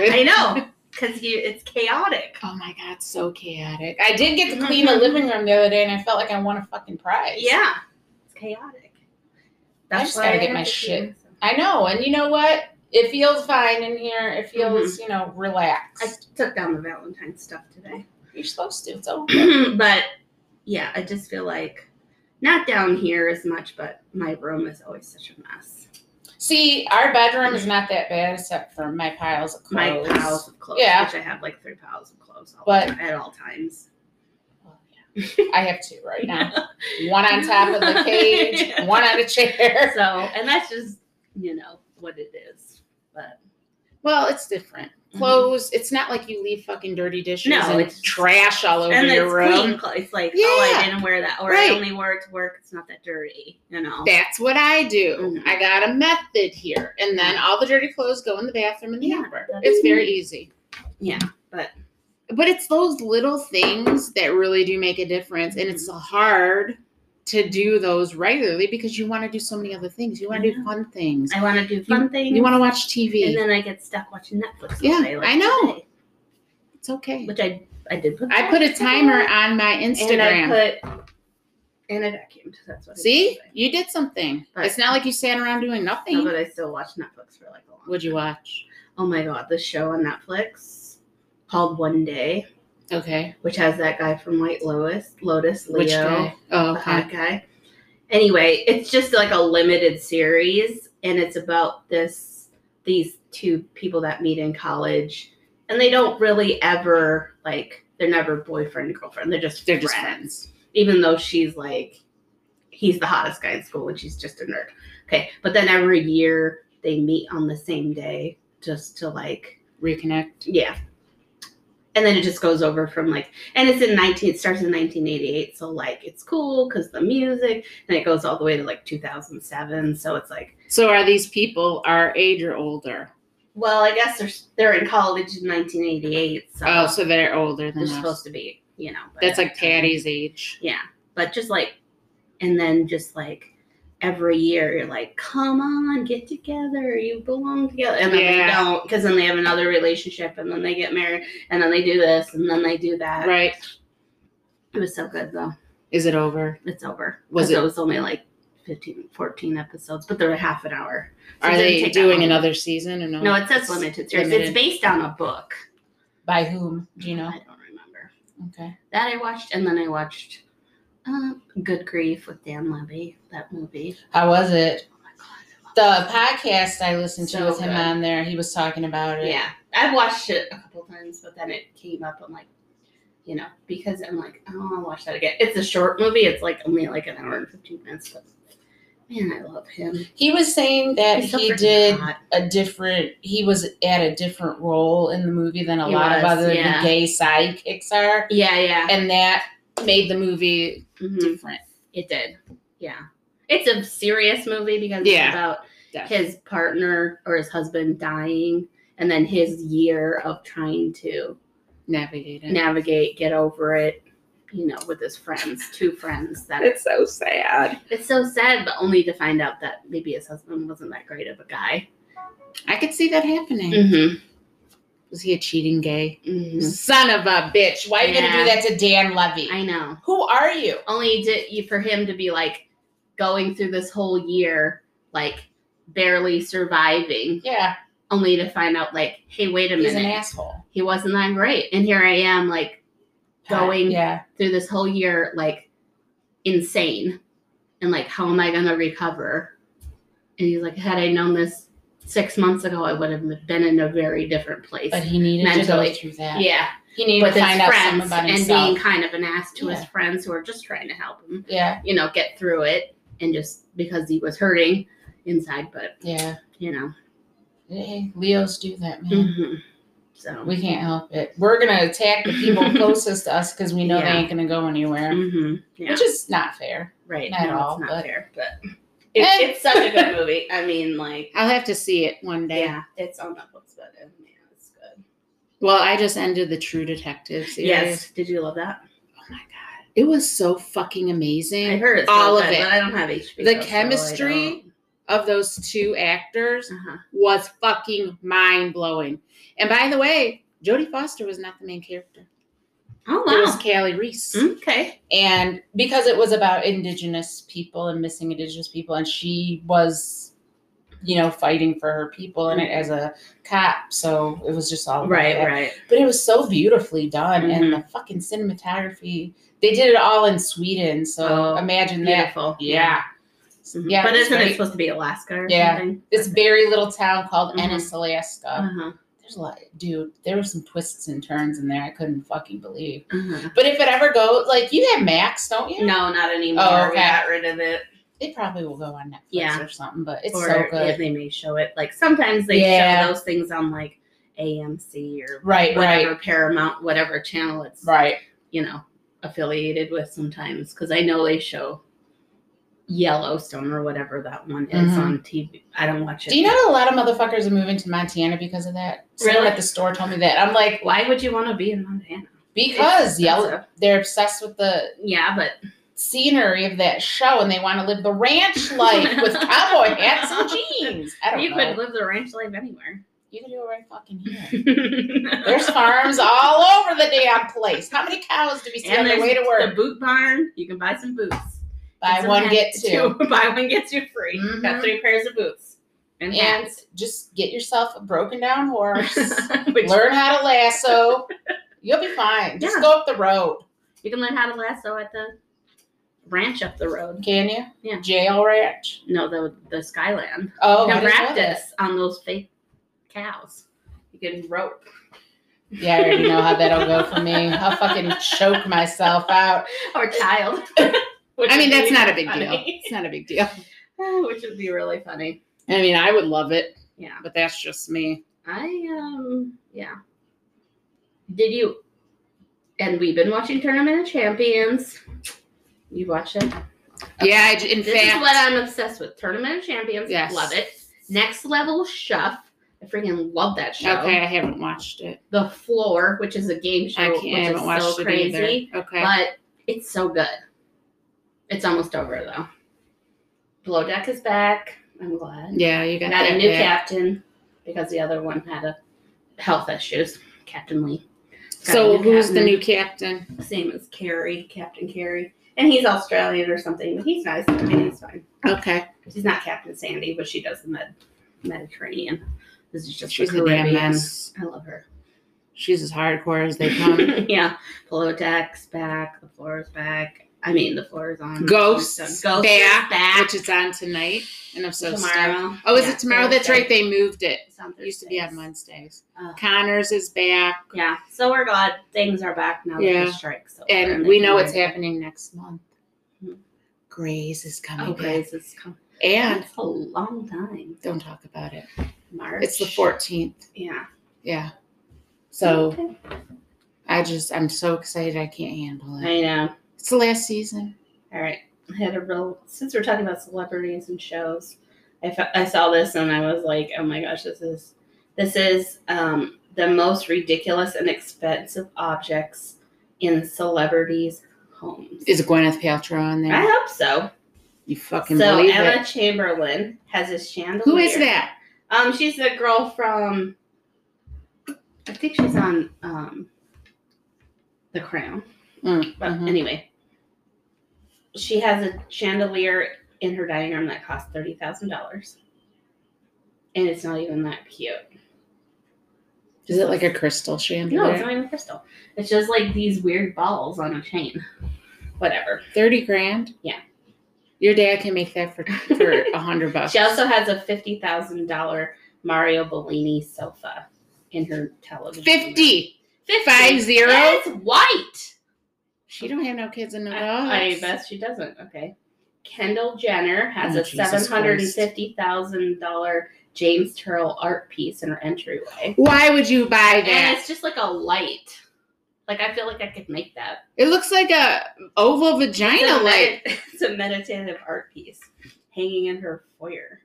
[SPEAKER 2] good.
[SPEAKER 1] know, because you it's chaotic.
[SPEAKER 2] Oh my god, so chaotic. I did get to clean the living room the other day and I felt like I won a fucking prize.
[SPEAKER 1] Mm-hmm. Yeah, it's chaotic.
[SPEAKER 2] I just gotta
[SPEAKER 1] why
[SPEAKER 2] get
[SPEAKER 1] have
[SPEAKER 2] my
[SPEAKER 1] to
[SPEAKER 2] shit.
[SPEAKER 1] do-
[SPEAKER 2] I know, and you know what? It feels fine in here. It feels, you know, relaxed.
[SPEAKER 1] Mm-hmm. I took down the Valentine's stuff
[SPEAKER 2] [CLEARS THROAT]
[SPEAKER 1] today,
[SPEAKER 2] You're supposed to. It's over.
[SPEAKER 1] but yeah, I just feel like not down here as much, but my room is always such a mess.
[SPEAKER 2] See, our bedroom is not that bad except for my piles of
[SPEAKER 1] My
[SPEAKER 2] clothes.
[SPEAKER 1] piles of clothes,
[SPEAKER 2] Yeah.
[SPEAKER 1] which I have like three piles of clothes all
[SPEAKER 2] But-
[SPEAKER 1] the time, at all times.
[SPEAKER 2] I have two right now. one on top of
[SPEAKER 1] [LAUGHS]
[SPEAKER 2] the cage, one on a chair.
[SPEAKER 1] So, and that's just you know what it is. But
[SPEAKER 2] Well, it's different.
[SPEAKER 1] Mhm.
[SPEAKER 2] Clothes, it's not like you leave fucking dirty dishes
[SPEAKER 1] No,
[SPEAKER 2] and
[SPEAKER 1] it's-
[SPEAKER 2] trash all over
[SPEAKER 1] and
[SPEAKER 2] your
[SPEAKER 1] it's
[SPEAKER 2] room.
[SPEAKER 1] clean clothes. It's like oh,
[SPEAKER 2] Yeah.
[SPEAKER 1] I didn't wear that, or
[SPEAKER 2] Right.
[SPEAKER 1] I only wore it to work. It's not that dirty, you know.
[SPEAKER 2] That's what I do.
[SPEAKER 1] Mhm.
[SPEAKER 2] I got a method here. And then all the dirty clothes go in the bathroom and the
[SPEAKER 1] Yeah,
[SPEAKER 2] hamper.
[SPEAKER 1] that's-
[SPEAKER 2] It's very easy.
[SPEAKER 1] Yeah, but-
[SPEAKER 2] but it's those little things that really do make a difference. And it's
[SPEAKER 1] Mm-hmm.
[SPEAKER 2] hard to do those regularly because you want to do so many other things. You want to do
[SPEAKER 1] know.
[SPEAKER 2] fun things.
[SPEAKER 1] I want to do fun things.
[SPEAKER 2] You want to watch TV.
[SPEAKER 1] and then I get stuck watching Netflix. all
[SPEAKER 2] Yeah,
[SPEAKER 1] day, like
[SPEAKER 2] I know.
[SPEAKER 1] today,
[SPEAKER 2] it's okay.
[SPEAKER 1] which I I did put.
[SPEAKER 2] I put a timer on my
[SPEAKER 1] and
[SPEAKER 2] Instagram.
[SPEAKER 1] I put and I vacuumed. That's what. I
[SPEAKER 2] See,
[SPEAKER 1] did today.
[SPEAKER 2] you did something.
[SPEAKER 1] But-
[SPEAKER 2] it's not like you sat around doing
[SPEAKER 1] No,
[SPEAKER 2] nothing.
[SPEAKER 1] but I still watch Netflix for like a long.
[SPEAKER 2] What'd you watch?
[SPEAKER 1] Oh my god, the show on Netflix called One Day,
[SPEAKER 2] Okay.
[SPEAKER 1] which has that guy from White Lotus, Lotus Leo, Uh-huh.
[SPEAKER 2] Which guy?
[SPEAKER 1] the
[SPEAKER 2] Oh, okay.
[SPEAKER 1] hot guy. Anyway, it's just like a limited series, and it's about this these two people that meet in college, and they don't really ever like they're never boyfriend girlfriend. They're just
[SPEAKER 2] They're just friends.
[SPEAKER 1] even though she's like he's the hottest guy in school and she's just a nerd. Okay, but then every year they meet on the same day just to like
[SPEAKER 2] Reconnect.
[SPEAKER 1] yeah. And then it just goes over from like, and it's in 19, it starts in 1988. So like, it's cool because the music, and it goes all the way to like 2007. So it's like,
[SPEAKER 2] So are these people our age or older?
[SPEAKER 1] well, I guess they're, they're in college in 1988. So
[SPEAKER 2] Oh, so they're older than
[SPEAKER 1] Uh-huh. they're
[SPEAKER 2] us.
[SPEAKER 1] supposed to be, you know. by
[SPEAKER 2] That's
[SPEAKER 1] that
[SPEAKER 2] like
[SPEAKER 1] time.
[SPEAKER 2] Patty's age.
[SPEAKER 1] But just like, and then just like every year, you're like, come on, get together. You belong together. And then they
[SPEAKER 2] Yeah.
[SPEAKER 1] don't because then they have another relationship and then they get married and then they do this and then they do that.
[SPEAKER 2] Right.
[SPEAKER 1] It was so good though.
[SPEAKER 2] Is it over?
[SPEAKER 1] it's over.
[SPEAKER 2] Was
[SPEAKER 1] 'Cause
[SPEAKER 2] it-
[SPEAKER 1] it? was only like 15, 14 episodes, but they're half an hour. So it
[SPEAKER 2] Are
[SPEAKER 1] didn't
[SPEAKER 2] they
[SPEAKER 1] take that
[SPEAKER 2] doing
[SPEAKER 1] long.
[SPEAKER 2] another season or no?
[SPEAKER 1] No, it says limited series.
[SPEAKER 2] Limited.
[SPEAKER 1] It's based on a book.
[SPEAKER 2] By whom? Do you know?
[SPEAKER 1] I don't remember.
[SPEAKER 2] Okay.
[SPEAKER 1] That I watched, and then I watched uh, Good Grief with Dan Levy, that movie.
[SPEAKER 2] How was it?
[SPEAKER 1] Oh my God.
[SPEAKER 2] The podcast I listened to
[SPEAKER 1] So
[SPEAKER 2] with him
[SPEAKER 1] good.
[SPEAKER 2] on there, he was talking about it.
[SPEAKER 1] Yeah. I've watched it a couple times, but then it came up. I'm like, you know, because I'm like, I don't want to watch that again. It's a short movie. It's like only like an hour and 15 minutes, but man, I love him.
[SPEAKER 2] He was saying that
[SPEAKER 1] He's so
[SPEAKER 2] he
[SPEAKER 1] freaking
[SPEAKER 2] did
[SPEAKER 1] hot.
[SPEAKER 2] a different, he was at a different role in the movie than a
[SPEAKER 1] He
[SPEAKER 2] lot of
[SPEAKER 1] was,
[SPEAKER 2] other
[SPEAKER 1] yeah.
[SPEAKER 2] gay sidekicks are.
[SPEAKER 1] Yeah, yeah.
[SPEAKER 2] And that made the movie
[SPEAKER 1] Mhm.
[SPEAKER 2] different.
[SPEAKER 1] It did. Yeah. It's a serious movie because
[SPEAKER 2] Yeah.
[SPEAKER 1] it's about
[SPEAKER 2] Definitely.
[SPEAKER 1] his partner or his husband dying and then his year of trying to
[SPEAKER 2] Navigate it.
[SPEAKER 1] navigate, get over it, you know, with his friends, two friends that
[SPEAKER 2] [LAUGHS] It's so sad.
[SPEAKER 1] it's so sad, but only to find out that maybe his husband wasn't that great of a guy.
[SPEAKER 2] I could see that happening.
[SPEAKER 1] Mm-hmm.
[SPEAKER 2] Was he a cheating gay? Son of a bitch. Why are you gonna do
[SPEAKER 1] Yeah.
[SPEAKER 2] that to Dan Levy?
[SPEAKER 1] Mm-hmm. I know.
[SPEAKER 2] Who are you?
[SPEAKER 1] only to, you- for him to be like going through this whole year, like barely surviving,
[SPEAKER 2] Yeah,
[SPEAKER 1] only to find out like, hey, wait a
[SPEAKER 2] he's
[SPEAKER 1] minute.
[SPEAKER 2] an asshole.
[SPEAKER 1] he wasn't that great. And here I am, like Going-
[SPEAKER 2] Yeah.
[SPEAKER 1] through this whole year, like insane. And like, how am I gonna recover? And he's like, had I known this six months ago, I would have been in a very different place.
[SPEAKER 2] But he needed to
[SPEAKER 1] Mentally.
[SPEAKER 2] go through that.
[SPEAKER 1] yeah,
[SPEAKER 2] He needed
[SPEAKER 1] with
[SPEAKER 2] to
[SPEAKER 1] his
[SPEAKER 2] find out something
[SPEAKER 1] friends
[SPEAKER 2] about
[SPEAKER 1] and
[SPEAKER 2] himself.
[SPEAKER 1] being kind of an ass to
[SPEAKER 2] Yeah.
[SPEAKER 1] his friends who are just trying to help him,
[SPEAKER 2] yeah,
[SPEAKER 1] you know, get through it. And just because he was hurting inside, but
[SPEAKER 2] yeah.
[SPEAKER 1] you know,
[SPEAKER 2] Hey, Leos do that, man.
[SPEAKER 1] Mhm. so
[SPEAKER 2] We can't help it. We're gonna attack the [LAUGHS] people closest to us because we know
[SPEAKER 1] Yeah.
[SPEAKER 2] they ain't gonna go anywhere,
[SPEAKER 1] mhm. yeah,
[SPEAKER 2] which is not fair.
[SPEAKER 1] right.
[SPEAKER 2] not at
[SPEAKER 1] no,
[SPEAKER 2] all,
[SPEAKER 1] it's not
[SPEAKER 2] but- Eh.
[SPEAKER 1] fair, but [LAUGHS]
[SPEAKER 2] And-
[SPEAKER 1] it's, it's such a good movie. I mean, like.
[SPEAKER 2] I'll have to see it one day.
[SPEAKER 1] Yeah, it's on Netflix, but uh, man, it's good.
[SPEAKER 2] Well, I just ended the True Detective series.
[SPEAKER 1] Yes, did you love that?
[SPEAKER 2] Oh my god, it was so fucking amazing.
[SPEAKER 1] I heard it's
[SPEAKER 2] all
[SPEAKER 1] so
[SPEAKER 2] of
[SPEAKER 1] good,
[SPEAKER 2] it.
[SPEAKER 1] But I don't have HBO.
[SPEAKER 2] The
[SPEAKER 1] so I
[SPEAKER 2] chemistry?
[SPEAKER 1] don't-
[SPEAKER 2] of those two actors
[SPEAKER 1] Uh-huh.
[SPEAKER 2] was fucking mind blowing. And by the way, Jodie Foster was not the main character.
[SPEAKER 1] Oh
[SPEAKER 2] It was
[SPEAKER 1] wow. Hmm?
[SPEAKER 2] Callie Reese.
[SPEAKER 1] Okay.
[SPEAKER 2] And because it was about indigenous people and missing indigenous people, and she was, you know, fighting for her people and it as a cop. So it was just all about
[SPEAKER 1] Right, Mm-hmm.
[SPEAKER 2] that.
[SPEAKER 1] right.
[SPEAKER 2] But it was so beautifully done and the fucking cinematography. They did it all in Sweden. So
[SPEAKER 1] Oh,
[SPEAKER 2] imagine that.
[SPEAKER 1] Beautiful.
[SPEAKER 2] Yeah.
[SPEAKER 1] Mhm.
[SPEAKER 2] Yeah.
[SPEAKER 1] but
[SPEAKER 2] it's
[SPEAKER 1] isn't it
[SPEAKER 2] great.
[SPEAKER 1] supposed to be Alaska or
[SPEAKER 2] Yeah.
[SPEAKER 1] something?
[SPEAKER 2] this very little town called
[SPEAKER 1] Mhm.
[SPEAKER 2] Ennis, Alaska.
[SPEAKER 1] Uh-huh.
[SPEAKER 2] There's a lot, dude. There were some twists and turns in there. I couldn't fucking believe.
[SPEAKER 1] Uh-huh.
[SPEAKER 2] But if it ever goes, like you have Max, don't you?
[SPEAKER 1] No, not anymore.
[SPEAKER 2] Oh,
[SPEAKER 1] We
[SPEAKER 2] okay.
[SPEAKER 1] got rid of it.
[SPEAKER 2] It probably will go on Netflix
[SPEAKER 1] Yeah.
[SPEAKER 2] or something. But it's
[SPEAKER 1] or
[SPEAKER 2] so
[SPEAKER 1] yeah,
[SPEAKER 2] good.
[SPEAKER 1] they may show it. Like sometimes they
[SPEAKER 2] Yeah.
[SPEAKER 1] show those things on like AMC or
[SPEAKER 2] Right,
[SPEAKER 1] whatever
[SPEAKER 2] right,
[SPEAKER 1] Paramount, whatever channel it's
[SPEAKER 2] right.
[SPEAKER 1] you know affiliated with sometimes because I know they show Yellowstone or whatever that one is
[SPEAKER 2] Mhm.
[SPEAKER 1] on TV. I don't watch it.
[SPEAKER 2] Do you know a lot of motherfuckers are moving to Montana because of that? Someone
[SPEAKER 1] Really?
[SPEAKER 2] at the store told me that. I'm like,
[SPEAKER 1] Why would you want to be in Montana?
[SPEAKER 2] because yellow,
[SPEAKER 1] That's a-
[SPEAKER 2] they're obsessed with the
[SPEAKER 1] Yeah, but
[SPEAKER 2] scenery of that show and they want to live the ranch life
[SPEAKER 1] [LAUGHS]
[SPEAKER 2] with cowboy hats and jeans. I don't
[SPEAKER 1] you
[SPEAKER 2] know.
[SPEAKER 1] could live the ranch life anywhere. [LAUGHS]
[SPEAKER 2] you can do it right fucking here. There's
[SPEAKER 1] there's
[SPEAKER 2] farms all over the damn place. How many cows do we see on
[SPEAKER 1] and
[SPEAKER 2] the
[SPEAKER 1] there's
[SPEAKER 2] way to
[SPEAKER 1] the
[SPEAKER 2] work?
[SPEAKER 1] boot barn. You can buy some boots.
[SPEAKER 2] Buy
[SPEAKER 1] Some
[SPEAKER 2] one,
[SPEAKER 1] hats [LAUGHS]
[SPEAKER 2] get two.
[SPEAKER 1] Buy one gets you free.
[SPEAKER 2] Mhm.
[SPEAKER 1] Got three pairs of boots and
[SPEAKER 2] And
[SPEAKER 1] hats.
[SPEAKER 2] just get yourself a broken down horse.
[SPEAKER 1] [LAUGHS] Which
[SPEAKER 2] learn how to lasso. You'll be fine. Just
[SPEAKER 1] Yeah.
[SPEAKER 2] go up the road.
[SPEAKER 1] you can learn how to lasso at the ranch up the road.
[SPEAKER 2] Can you?
[SPEAKER 1] Yeah.
[SPEAKER 2] Jail ranch.
[SPEAKER 1] No, the the Skyland.
[SPEAKER 2] Oh,
[SPEAKER 1] you
[SPEAKER 2] I
[SPEAKER 1] can
[SPEAKER 2] didn't know that.
[SPEAKER 1] practice on those fake cows. You can rope.
[SPEAKER 2] Yeah, I already know how that'll go for me. I'll fucking choke myself out. [LAUGHS]
[SPEAKER 1] Or child. [LAUGHS] Which
[SPEAKER 2] I mean,
[SPEAKER 1] would
[SPEAKER 2] that's
[SPEAKER 1] be
[SPEAKER 2] not a big deal.
[SPEAKER 1] funny.
[SPEAKER 2] It's not a big deal.
[SPEAKER 1] Which would be really funny.
[SPEAKER 2] I mean, I would love it,
[SPEAKER 1] Yeah.
[SPEAKER 2] but that's just me.
[SPEAKER 1] I um yeah. Did you and we've been watching Tournament of Champions. You watch it?
[SPEAKER 2] Yeah, I, j- in
[SPEAKER 1] This
[SPEAKER 2] fact,
[SPEAKER 1] is what I'm obsessed with. Tournament of Champions.
[SPEAKER 2] Yes.
[SPEAKER 1] Love it. Next level chef. I freaking love that show.
[SPEAKER 2] okay, I haven't watched it.
[SPEAKER 1] The Floor, which is a game show,
[SPEAKER 2] I
[SPEAKER 1] which
[SPEAKER 2] can't. I haven't
[SPEAKER 1] is
[SPEAKER 2] watched
[SPEAKER 1] so
[SPEAKER 2] it
[SPEAKER 1] crazy.
[SPEAKER 2] either. Okay,
[SPEAKER 1] But it's so good. It's almost over though. Below Deck is back. I'm glad.
[SPEAKER 2] yeah, you got
[SPEAKER 1] Got
[SPEAKER 2] that
[SPEAKER 1] a new
[SPEAKER 2] back.
[SPEAKER 1] captain because the other one had a health issues. Captain Lee. Got a
[SPEAKER 2] So
[SPEAKER 1] new
[SPEAKER 2] who's the
[SPEAKER 1] captain.
[SPEAKER 2] new captain?
[SPEAKER 1] same as Carrie, Captain Carrie, and he's Australian or something. But he's nice. I mean, he's fine.
[SPEAKER 2] Okay,
[SPEAKER 1] She's not Captain Sandy, but she does the Med- Mediterranean. This is just
[SPEAKER 2] she's
[SPEAKER 1] the
[SPEAKER 2] a damn
[SPEAKER 1] Caribbean.
[SPEAKER 2] mess.
[SPEAKER 1] I love her.
[SPEAKER 2] She's as hardcore as they [LAUGHS] come.
[SPEAKER 1] yeah, below decks back. The floor is back. I mean, the floor is on.
[SPEAKER 2] Ghosts
[SPEAKER 1] Ghosts
[SPEAKER 2] back,
[SPEAKER 1] back. back.
[SPEAKER 2] Which is on tonight, and I'm so stoked.
[SPEAKER 1] tomorrow.
[SPEAKER 2] Oh, is
[SPEAKER 1] Yeah,
[SPEAKER 2] it tomorrow? That's
[SPEAKER 1] Thursday.
[SPEAKER 2] right. They moved it.
[SPEAKER 1] It's on
[SPEAKER 2] It used to be on
[SPEAKER 1] Thursdays.
[SPEAKER 2] Wednesdays.
[SPEAKER 1] Ugh.
[SPEAKER 2] Connors is back,
[SPEAKER 1] Yeah, so we're glad things are back now
[SPEAKER 2] Yeah.
[SPEAKER 1] that the strike's over.
[SPEAKER 2] and we
[SPEAKER 1] they
[SPEAKER 2] know
[SPEAKER 1] can
[SPEAKER 2] what's
[SPEAKER 1] work.
[SPEAKER 2] happening next month. Hmm.
[SPEAKER 1] Mhm.
[SPEAKER 2] Grays is coming
[SPEAKER 1] Oh,
[SPEAKER 2] back,
[SPEAKER 1] guys, it's coming.
[SPEAKER 2] and
[SPEAKER 1] That's a long time.
[SPEAKER 2] don't talk about it.
[SPEAKER 1] March.
[SPEAKER 2] It's the 14th.
[SPEAKER 1] Yeah.
[SPEAKER 2] Yeah. So
[SPEAKER 1] Okay.
[SPEAKER 2] I just I'm so excited I can't handle it.
[SPEAKER 1] I know.
[SPEAKER 2] It's the last season.
[SPEAKER 1] All right. I had a real since we're talking about celebrities and shows. I, fe- I saw this and I was like, oh my gosh, this is this is um, the most ridiculous and expensive objects in celebrities' homes.
[SPEAKER 2] Is Gwyneth Paltrow on there?
[SPEAKER 1] I hope so.
[SPEAKER 2] You fucking
[SPEAKER 1] so
[SPEAKER 2] believe
[SPEAKER 1] Emma
[SPEAKER 2] it?
[SPEAKER 1] Chamberlain has a chandelier.
[SPEAKER 2] Who is that?
[SPEAKER 1] Um, she's the girl from. I think she's on um, The Crown.
[SPEAKER 2] Mm,
[SPEAKER 1] But
[SPEAKER 2] mhm.
[SPEAKER 1] anyway, she has a chandelier in her dining room that costs thirty thousand dollars, and it's not even that cute.
[SPEAKER 2] Is it like a crystal chandelier?
[SPEAKER 1] No, it's not even crystal. It's just like these weird balls on a chain. Whatever.
[SPEAKER 2] Thirty grand.
[SPEAKER 1] Yeah.
[SPEAKER 2] Your dad can make that for for
[SPEAKER 1] [LAUGHS]
[SPEAKER 2] a hundred bucks.
[SPEAKER 1] She also has a fifty thousand dollar Mario Bellini sofa in her television.
[SPEAKER 2] Fifty.
[SPEAKER 1] Fifty.
[SPEAKER 2] Five zero?
[SPEAKER 1] That's white.
[SPEAKER 2] She don't have no kids and no dogs.
[SPEAKER 1] I, I bet she doesn't. Okay. Kendall Jenner has
[SPEAKER 2] Oh,
[SPEAKER 1] a
[SPEAKER 2] Jesus
[SPEAKER 1] seven hundred and fifty thousand dollar James Turrell art piece in her entryway,
[SPEAKER 2] Why would you buy
[SPEAKER 1] and
[SPEAKER 2] that?
[SPEAKER 1] it's just like a light. Like I feel like I could make that.
[SPEAKER 2] It looks like a oval
[SPEAKER 1] It's a
[SPEAKER 2] vagina light.
[SPEAKER 1] med- [LAUGHS] it's a meditative art piece hanging in her foyer.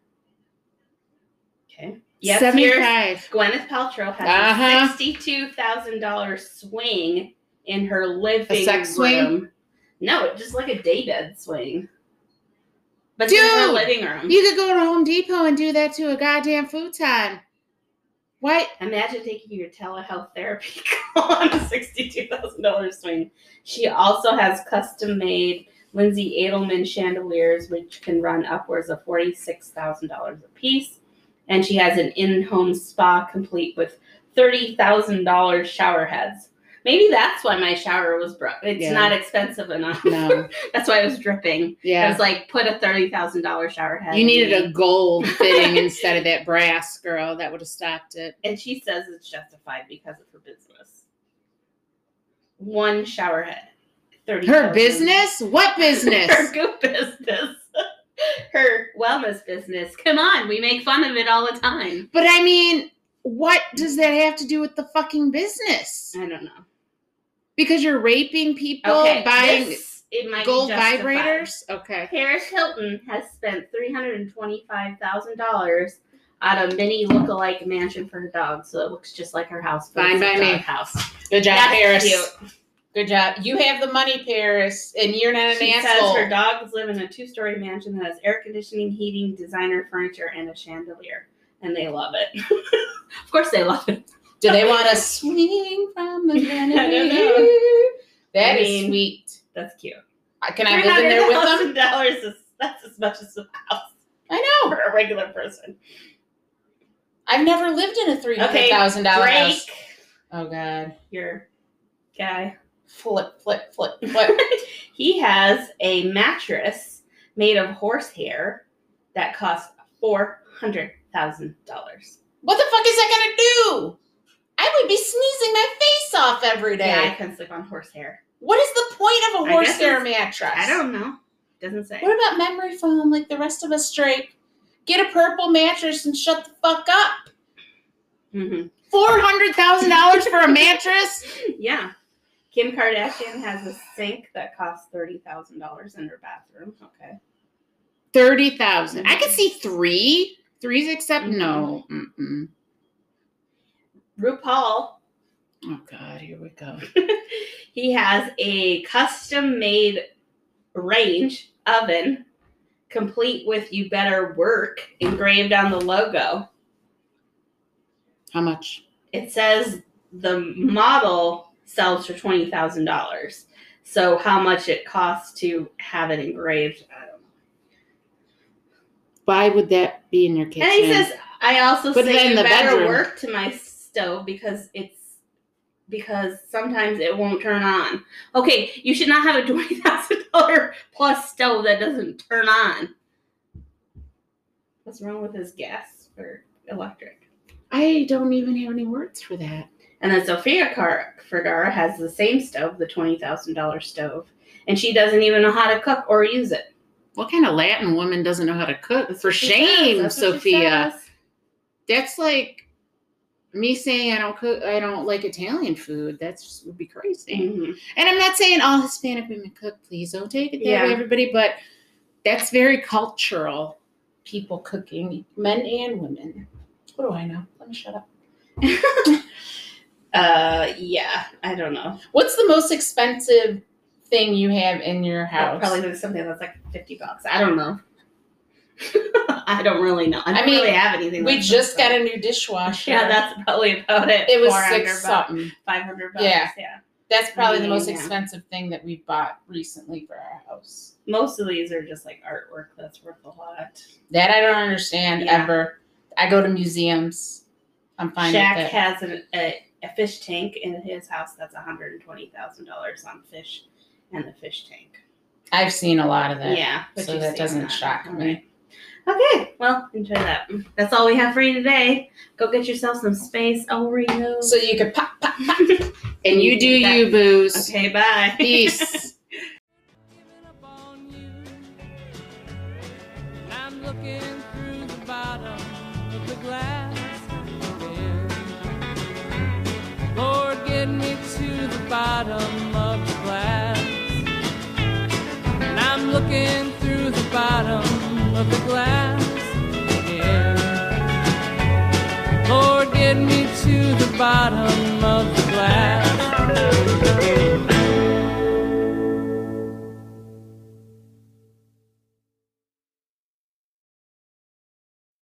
[SPEAKER 1] Yes,
[SPEAKER 2] Seventy-five.
[SPEAKER 1] Gwyneth Paltrow has
[SPEAKER 2] Uh-huh.
[SPEAKER 1] a sixty-two thousand dollar swing in her living
[SPEAKER 2] A sex
[SPEAKER 1] room.
[SPEAKER 2] swing?
[SPEAKER 1] No, just like a daybed swing. But it's in her
[SPEAKER 2] Dude!
[SPEAKER 1] living room.
[SPEAKER 2] You could go to Home Depot and do that to a goddamn futon. What?
[SPEAKER 1] Imagine taking your telehealth therapy [LAUGHS] call on a $62,000 swing. She also has custom made Lindsay Edelman chandeliers, which can run upwards of $46,000 a piece. And she has an in home spa complete with $30,000 shower heads. Maybe that's why my shower was broke. It's
[SPEAKER 2] Yeah.
[SPEAKER 1] not expensive enough.
[SPEAKER 2] No.
[SPEAKER 1] [LAUGHS] that's why it was dripping. It
[SPEAKER 2] Yeah.
[SPEAKER 1] was like, put a $30,000 shower head.
[SPEAKER 2] You
[SPEAKER 1] in
[SPEAKER 2] needed
[SPEAKER 1] me.
[SPEAKER 2] a [LAUGHS] gold fitting instead of that brass, girl. That would have stopped it.
[SPEAKER 1] and she says it's justified because of her business. One shower head, thirty.
[SPEAKER 2] Her business? What business?
[SPEAKER 1] [LAUGHS] her
[SPEAKER 2] [LAUGHS]
[SPEAKER 1] goop business, [LAUGHS] her wellness business. Come on, we make fun of it all the time.
[SPEAKER 2] But I mean, what does that have to do with the fucking business?
[SPEAKER 1] I don't know.
[SPEAKER 2] Because you're raping people,
[SPEAKER 1] Okay,
[SPEAKER 2] buying
[SPEAKER 1] this, it might be
[SPEAKER 2] gold
[SPEAKER 1] justified.
[SPEAKER 2] vibrators? Okay.
[SPEAKER 1] Paris Hilton has spent three hundred and twenty-five thousand dollars on a mini look-alike mansion for her dog, so it looks just like her house. but
[SPEAKER 2] Fine
[SPEAKER 1] it's a
[SPEAKER 2] by me.
[SPEAKER 1] dog House.
[SPEAKER 2] Good job,
[SPEAKER 1] That's
[SPEAKER 2] Paris.
[SPEAKER 1] cute.
[SPEAKER 2] Good job. You have the money, Paris, and you're not an
[SPEAKER 1] She
[SPEAKER 2] asshole.
[SPEAKER 1] says her dogs live in a two-story mansion that has air conditioning, heating, designer furniture, and a chandelier, and they love it. [LAUGHS] of course, they love it.
[SPEAKER 2] do they want to swing
[SPEAKER 1] [LAUGHS]
[SPEAKER 2] from the
[SPEAKER 1] know.
[SPEAKER 2] vanity? That
[SPEAKER 1] I
[SPEAKER 2] is
[SPEAKER 1] mean-
[SPEAKER 2] sweet.
[SPEAKER 1] That's cute.
[SPEAKER 2] Uh, Can I live in there with them?
[SPEAKER 1] Dollars is that's as much as [LAUGHS] the house
[SPEAKER 2] I know.
[SPEAKER 1] for a regular person.
[SPEAKER 2] I've never lived in a three hundred thousand dollars
[SPEAKER 1] Drake,
[SPEAKER 2] house. Oh God!
[SPEAKER 1] your guy,
[SPEAKER 2] Flip, flip, flip, flip. [LAUGHS]
[SPEAKER 1] he has a mattress made of horsehair that costs four hundred thousand dollars.
[SPEAKER 2] what the fuck is that gonna do? I would be sneezing my face off every day.
[SPEAKER 1] Yeah, I can sleep on horsehair.
[SPEAKER 2] What is the point of a
[SPEAKER 1] I guess
[SPEAKER 2] horsehair
[SPEAKER 1] it's-
[SPEAKER 2] mattress?
[SPEAKER 1] I don't know. Doesn't say.
[SPEAKER 2] What about memory foam like the rest of us, Drake? Get a purple mattress and shut the fuck up.
[SPEAKER 1] Mm-hmm.
[SPEAKER 2] Four hundred thousand dollars for a mattress?
[SPEAKER 1] Yeah. Kim Kardashian has a sink that costs thirty thousand dollars in her bathroom. Okay.
[SPEAKER 2] Thirty thousand. I could see three. Three's except no. Mm-mm.
[SPEAKER 1] RuPaul,
[SPEAKER 2] Oh God, here we go.
[SPEAKER 1] he has a custom-made range oven complete with "You Better Work" engraved on the logo.
[SPEAKER 2] How much?
[SPEAKER 1] It says the model sells for twenty thousand dollars. So how much it costs to have it engraved? I don't know.
[SPEAKER 2] Why would that be in your kitchen?
[SPEAKER 1] And he says, I also
[SPEAKER 2] Put it
[SPEAKER 1] say
[SPEAKER 2] in
[SPEAKER 1] you
[SPEAKER 2] the
[SPEAKER 1] better
[SPEAKER 2] bedroom."
[SPEAKER 1] work to my stove because it's because sometimes it won't turn on. Okay, you should not have a [LAUGHS] twenty thousand dollar plus stove that doesn't turn on. What's wrong with his gas or electric?
[SPEAKER 2] I don't even have any words for that.
[SPEAKER 1] And then Sophia Car- Vergara has the same stove, the twenty thousand dollar stove, and she doesn't even know how to cook or use it.
[SPEAKER 2] What kind of Latin woman doesn't know how to cook?
[SPEAKER 1] That's
[SPEAKER 2] for
[SPEAKER 1] what she
[SPEAKER 2] shame,
[SPEAKER 1] says. That's what she
[SPEAKER 2] Sophia.
[SPEAKER 1] says.
[SPEAKER 2] That's like me saying I don't cook. I don't like Italian food. That's just would be crazy.
[SPEAKER 1] Mhm.
[SPEAKER 2] And I'm not saying all Hispanic women cook. Please don't take it that
[SPEAKER 1] Yeah.
[SPEAKER 2] way, everybody. But that's very cultural. People cooking, men and women. What do I know? Let me shut up.
[SPEAKER 1] Uh, yeah, I don't know.
[SPEAKER 2] What's the most expensive thing you have in your
[SPEAKER 1] That
[SPEAKER 2] house?
[SPEAKER 1] probably was something that's like fifty bucks. I don't know. [LAUGHS] I don't really know. I
[SPEAKER 2] I
[SPEAKER 1] don't
[SPEAKER 2] mean,
[SPEAKER 1] really have anything.
[SPEAKER 2] we
[SPEAKER 1] that's
[SPEAKER 2] just got
[SPEAKER 1] expensive.
[SPEAKER 2] a new dishwasher.
[SPEAKER 1] Yeah, that's probably about it.
[SPEAKER 2] it was
[SPEAKER 1] 400
[SPEAKER 2] six
[SPEAKER 1] bucks,
[SPEAKER 2] something.
[SPEAKER 1] five hundred bucks. Yeah.
[SPEAKER 2] Yeah. That's probably the most
[SPEAKER 1] Yeah.
[SPEAKER 2] expensive thing that we bought recently for our house.
[SPEAKER 1] Most of these are just like artwork that's worth a lot.
[SPEAKER 2] That I don't understand
[SPEAKER 1] Yeah.
[SPEAKER 2] ever. I go to museums. I'm fine
[SPEAKER 1] Shaq
[SPEAKER 2] with that.
[SPEAKER 1] has an, a a fish tank in his house that's one hundred and twenty thousand dollars on fish and the fish tank.
[SPEAKER 2] I've seen a lot of that.
[SPEAKER 1] Yeah, but
[SPEAKER 2] so
[SPEAKER 1] you
[SPEAKER 2] that
[SPEAKER 1] see
[SPEAKER 2] doesn't
[SPEAKER 1] that.
[SPEAKER 2] shock
[SPEAKER 1] All
[SPEAKER 2] me.
[SPEAKER 1] right. Okay, well, enjoy that. That's all we have for you today. Go get yourself some space Oh, Oreos.
[SPEAKER 2] So you could pop, pop,
[SPEAKER 1] [LAUGHS]
[SPEAKER 2] pop. And you do you, booze.
[SPEAKER 1] Okay, bye. [LAUGHS]
[SPEAKER 2] Peace.
[SPEAKER 4] giving up on you. I'm looking through the bottom of the glass again. Lord, get me to the bottom of the glass. And I'm looking through the bottom of the glass again. Lord, get me to the bottom of the glass.